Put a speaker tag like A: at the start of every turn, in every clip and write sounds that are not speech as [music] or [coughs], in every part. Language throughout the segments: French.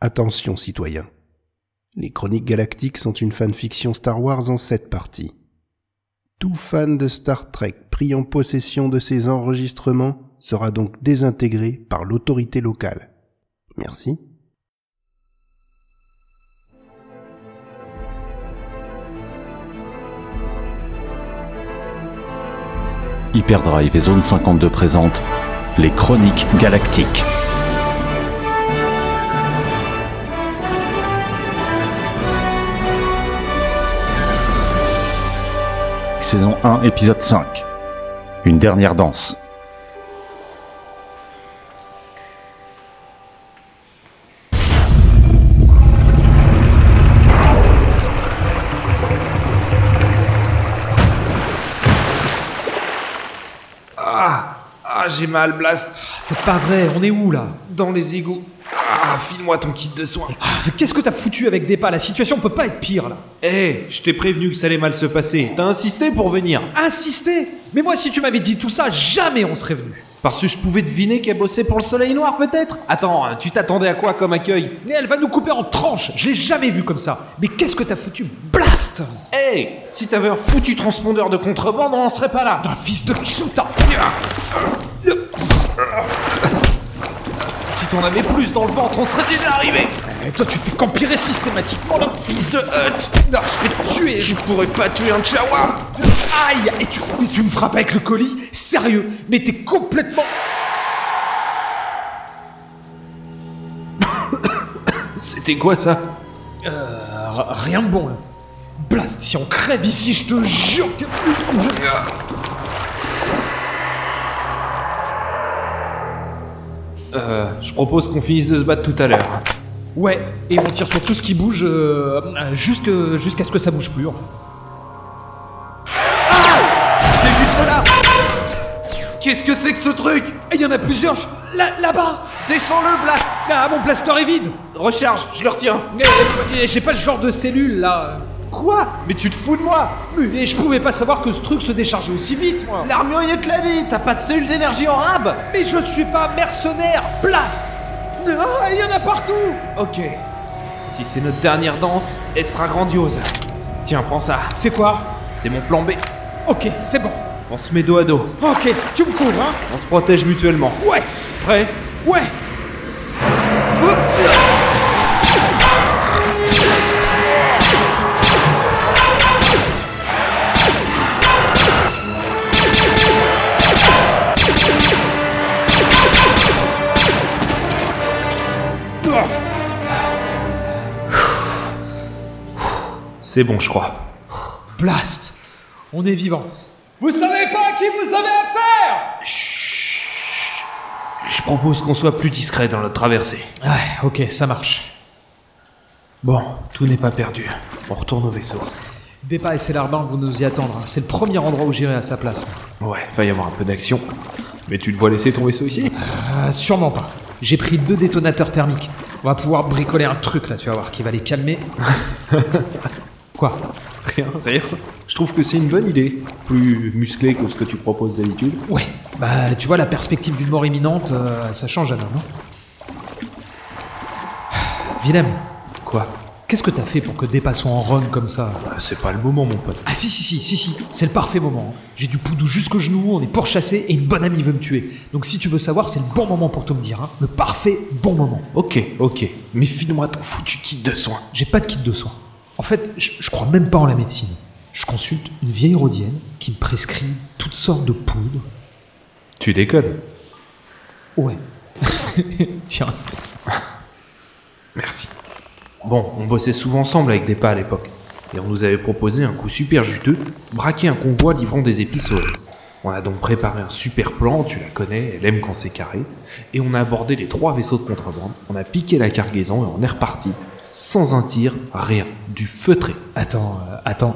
A: Attention citoyens. Les Chroniques Galactiques sont une fanfiction Star Wars en sept parties. Tout fan de Star Trek pris en possession de ces enregistrements sera donc désintégré par l'autorité locale. Merci.
B: Hyperdrive et Zone 52 présentent les Chroniques Galactiques. Saison 1, épisode 5. Une dernière danse.
C: Ah Ah, j'ai mal, Blast
D: Ah, C'est pas vrai, on est où là
C: Dans les égouts Ah, file-moi ton kit de soins
D: Ah, Qu'est-ce que t'as foutu avec des pas La situation peut pas être pire là
C: Eh, je t'ai prévenu que ça allait mal se passer. T'as insisté pour venir
D: Insister Mais moi, si tu m'avais dit tout ça, jamais on serait venu
C: Parce que je pouvais deviner qu'elle bossait pour le Soleil Noir, peut-être Attends, hein, tu t'attendais à quoi comme accueil
D: Mais elle va nous couper en tranches Je l'ai jamais vu comme ça Mais qu'est-ce que t'as foutu Blast
C: Eh Si t'avais un foutu transpondeur de contrebande, on en serait pas là
D: Un fils de chuta
C: Si t'en avais plus dans le ventre, on serait déjà arrivé
D: Et Eh, toi, tu fais qu'empirer systématiquement là
C: Fils de Hutch Ah, Je vais te tuer Je pourrais pas tuer un Chihuahua
D: Aïe Et tu, et tu me frappes avec le colis Sérieux Mais t'es complètement... [coughs]
C: C'était quoi ça
D: Euh, r- rien de bon là Blast, si on crève ici, je te jure que...
C: Euh, je propose qu'on finisse de se battre tout à l'heure.
D: Ouais, et on tire sur tout ce qui bouge euh, euh, jusque- jusqu'à ce que ça bouge plus en fait.
C: C'est juste là Qu'est-ce que c'est que ce truc
D: Et il y en a plusieurs je- là- là-bas
C: Descends-le, Blast
D: Ah mon plaster est vide
C: Recharge, je le retiens
D: Mais, mais j'ai pas le genre de cellule là
C: Quoi Mais tu te fous de moi
D: Mais je pouvais pas savoir que ce truc se déchargeait aussi vite moi
C: L'armurier te l'a dit, t'as pas de cellule d'énergie en rab
D: Mais je suis pas mercenaire Blast Ah, il y en a partout
C: Ok. Si c'est notre dernière danse, elle sera grandiose. Tiens, prends ça.
D: C'est quoi
C: C'est mon plan B.
D: Ok, c'est bon.
C: On se met dos à dos.
D: Ok, tu me couvres, hein
C: On se protège mutuellement.
D: Ouais
C: Prêt
D: Ouais
C: Feu C'est bon, je crois.
D: Blast On est vivant. Vous savez pas à qui vous avez affaire
C: Je propose qu'on soit plus discret dans la traversée.
D: Ouais, ok, ça marche.
C: Bon, tout n'est pas perdu. On retourne au vaisseau.
D: Dépa et Célarbin vont nous y attendre. hein. C'est le premier endroit où j'irai à sa place. moi.
C: Ouais, va y avoir un peu d'action. Mais tu le vois laisser ton vaisseau ici
D: Ah, sûrement pas. J'ai pris deux détonateurs thermiques. On va pouvoir bricoler un truc là, tu vas voir, qui va les calmer. Quoi
C: Rien, rien. Je trouve que c'est une bonne idée. Plus musclé que ce que tu proposes d'habitude.
D: Ouais. Bah, tu vois, la perspective d'une mort imminente, euh, ça change Anna, non Willem,
C: Quoi
D: qu'est-ce que t'as fait pour que dépassons en run comme ça
C: Bah, C'est pas le moment, mon pote.
D: Ah si si si si si, c'est le parfait moment. hein. J'ai du poudou jusqu'au genou, on est pourchassé et une bonne amie veut me tuer. Donc si tu veux savoir, c'est le bon moment pour te me dire, hein. le parfait bon moment.
C: Ok, ok. Mais file-moi ton foutu kit de soins.
D: J'ai pas de kit de soins. En fait, je, je crois même pas en la médecine. Je consulte une vieille rhodienne qui me prescrit toutes sortes de poudres.
C: Tu déconnes
D: Ouais. [laughs] Tiens.
C: Merci. Bon, on bossait souvent ensemble avec des pas à l'époque. Et on nous avait proposé un coup super juteux, braquer un convoi livrant des épices au lait. On a donc préparé un super plan, tu la connais, elle aime quand c'est carré. Et on a abordé les trois vaisseaux de contrebande, on a piqué la cargaison et on est reparti. Sans un tir, rien. Du feutré.
D: Attends, euh, attends.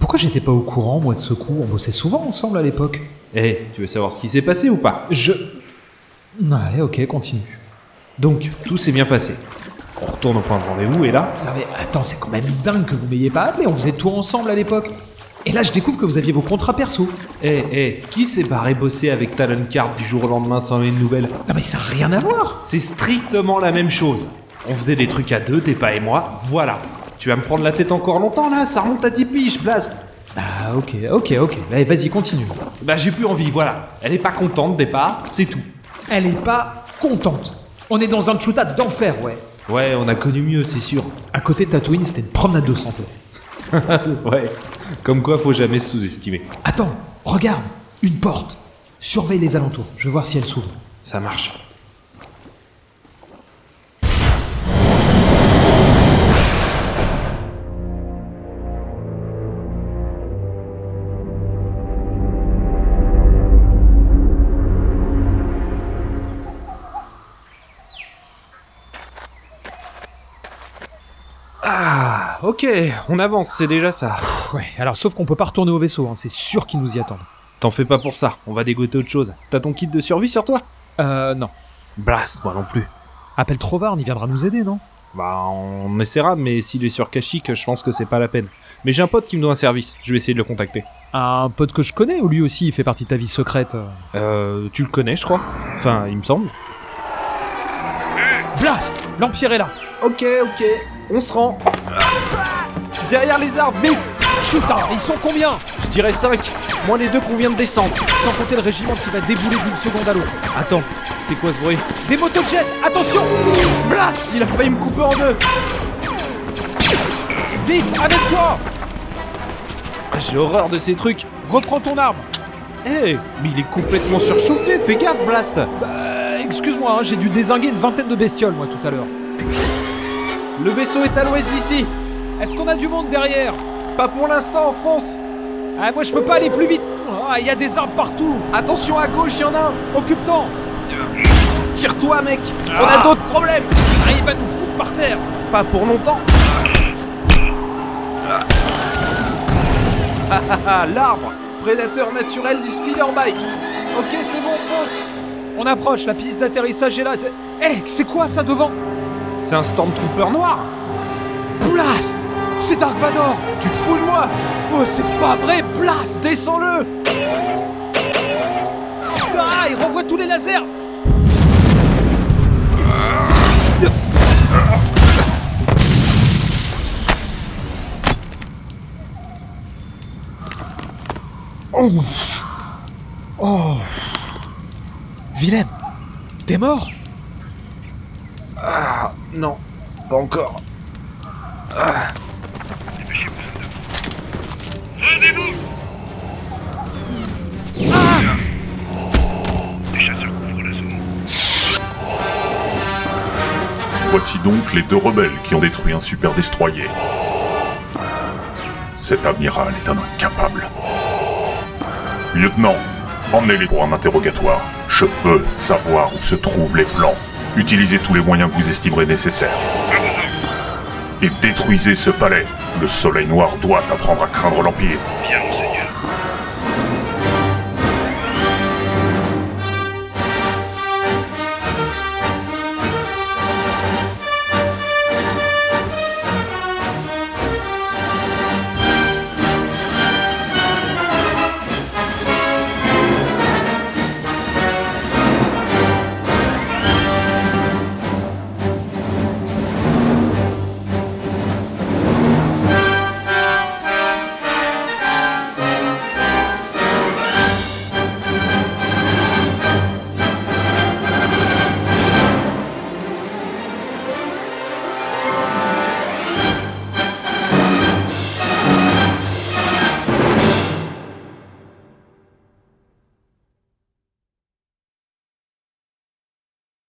D: Pourquoi j'étais pas au courant, moi, de ce coup On bossait souvent ensemble à l'époque.
C: Eh, tu veux savoir ce qui s'est passé ou pas
D: Je. Ah Ouais, ok, continue.
C: Donc, tout s'est bien passé. On retourne au point de rendez-vous et là,
D: Non mais attends, c'est quand même dingue que vous m'ayez pas appelé, on faisait tout ensemble à l'époque. Et là, je découvre que vous aviez vos contrats perso.
C: eh, eh, qui s'est barré bosser avec Talon Card du jour au lendemain sans les nouvelles
D: Non mais ça n'a rien à voir
C: C'est strictement la même chose. On faisait des trucs à deux, Tepa et moi. Voilà. Tu vas me prendre la tête encore longtemps là, ça remonte à 10 piges, Blast.
D: Ah, ok, ok, ok. Allez, vas-y, continue.
C: Bah j'ai plus envie, voilà. Elle est pas contente, Tepa, c'est tout.
D: Elle est pas contente. On est dans un chuta d'enfer, ouais.
C: Ouais, on a connu mieux, c'est sûr.
D: À côté de Tatooine, c'était une promenade de santé.
C: [laughs] ouais. Comme quoi, faut jamais se sous-estimer.
D: Attends, regarde, une porte. Surveille les alentours, je vais voir si elle s'ouvre.
C: Ça marche. Ah, ok, on avance, c'est déjà ça.
D: Ouais, alors sauf qu'on peut pas retourner au vaisseau, hein, c'est sûr qu'ils nous y attendent.
C: T'en fais pas pour ça, on va dégoter autre chose. T'as ton kit de survie sur toi
D: Euh, non.
C: Blast, moi non plus.
D: Appelle Trovarne, il viendra nous aider, non
C: Bah, on essaiera, mais s'il est sur Kashyyyk, je pense que c'est pas la peine. Mais j'ai un pote qui me doit un service, je vais essayer de le contacter.
D: Un pote que je connais, ou lui aussi, il fait partie de ta vie secrète. euh.
C: Euh, tu le connais, je crois Enfin, il me semble.
D: Blast L'Empire est là
C: Ok, ok, on se rend. Derrière les arbres, vite
D: Putain, hein. ils sont combien
C: Je dirais 5, moins les deux qu'on vient de descendre.
D: Sans compter le régiment qui va débouler d'une seconde à l'autre.
C: Attends, c'est quoi ce bruit
D: Des motos de jet Attention
C: Blast Il a failli me couper en deux
D: Vite, avec toi
C: Ah, J'ai horreur de ces trucs
D: Reprends ton arme
C: Eh, mais il est complètement surchauffé, fais gaffe, Blast
D: Euh, excuse-moi, hein, j'ai dû désinguer une vingtaine de bestioles, moi, tout à l'heure.
C: Le vaisseau est à l'ouest d'ici
D: Est-ce qu'on a du monde derrière
C: Pas pour l'instant, fonce
D: Ah, moi, je peux pas aller plus vite Ah, il y a des arbres partout
C: Attention à gauche, il y en a un
D: Occupe-t'en
C: Tire-toi, mec On a d'autres problèmes
D: Ah, il va nous foutre par terre
C: Pas pour longtemps Ah, ah, ah, L'arbre Prédateur naturel du speederbike Ok, c'est bon, fonce
D: On approche, la piste d'atterrissage est là. C'est- Eh, c'est quoi ça devant
C: C'est un Stormtrooper noir
D: Blast C'est Dark Vador
C: Tu te fous de moi
D: Oh, c'est pas vrai, Blast
C: Descends-le
D: Ah, il renvoie tous les lasers Oh Oh Willem T'es mort
C: Non, pas encore.
E: Voici donc les deux rebelles qui ont détruit un super destroyer. Cet amiral est un incapable. Lieutenant, emmenez-les pour un interrogatoire. Je veux savoir où se trouvent les plans. Utilisez tous les moyens que vous estimerez nécessaires. Et détruisez ce palais. Le soleil noir doit apprendre à craindre l'Empire.
F: Bien.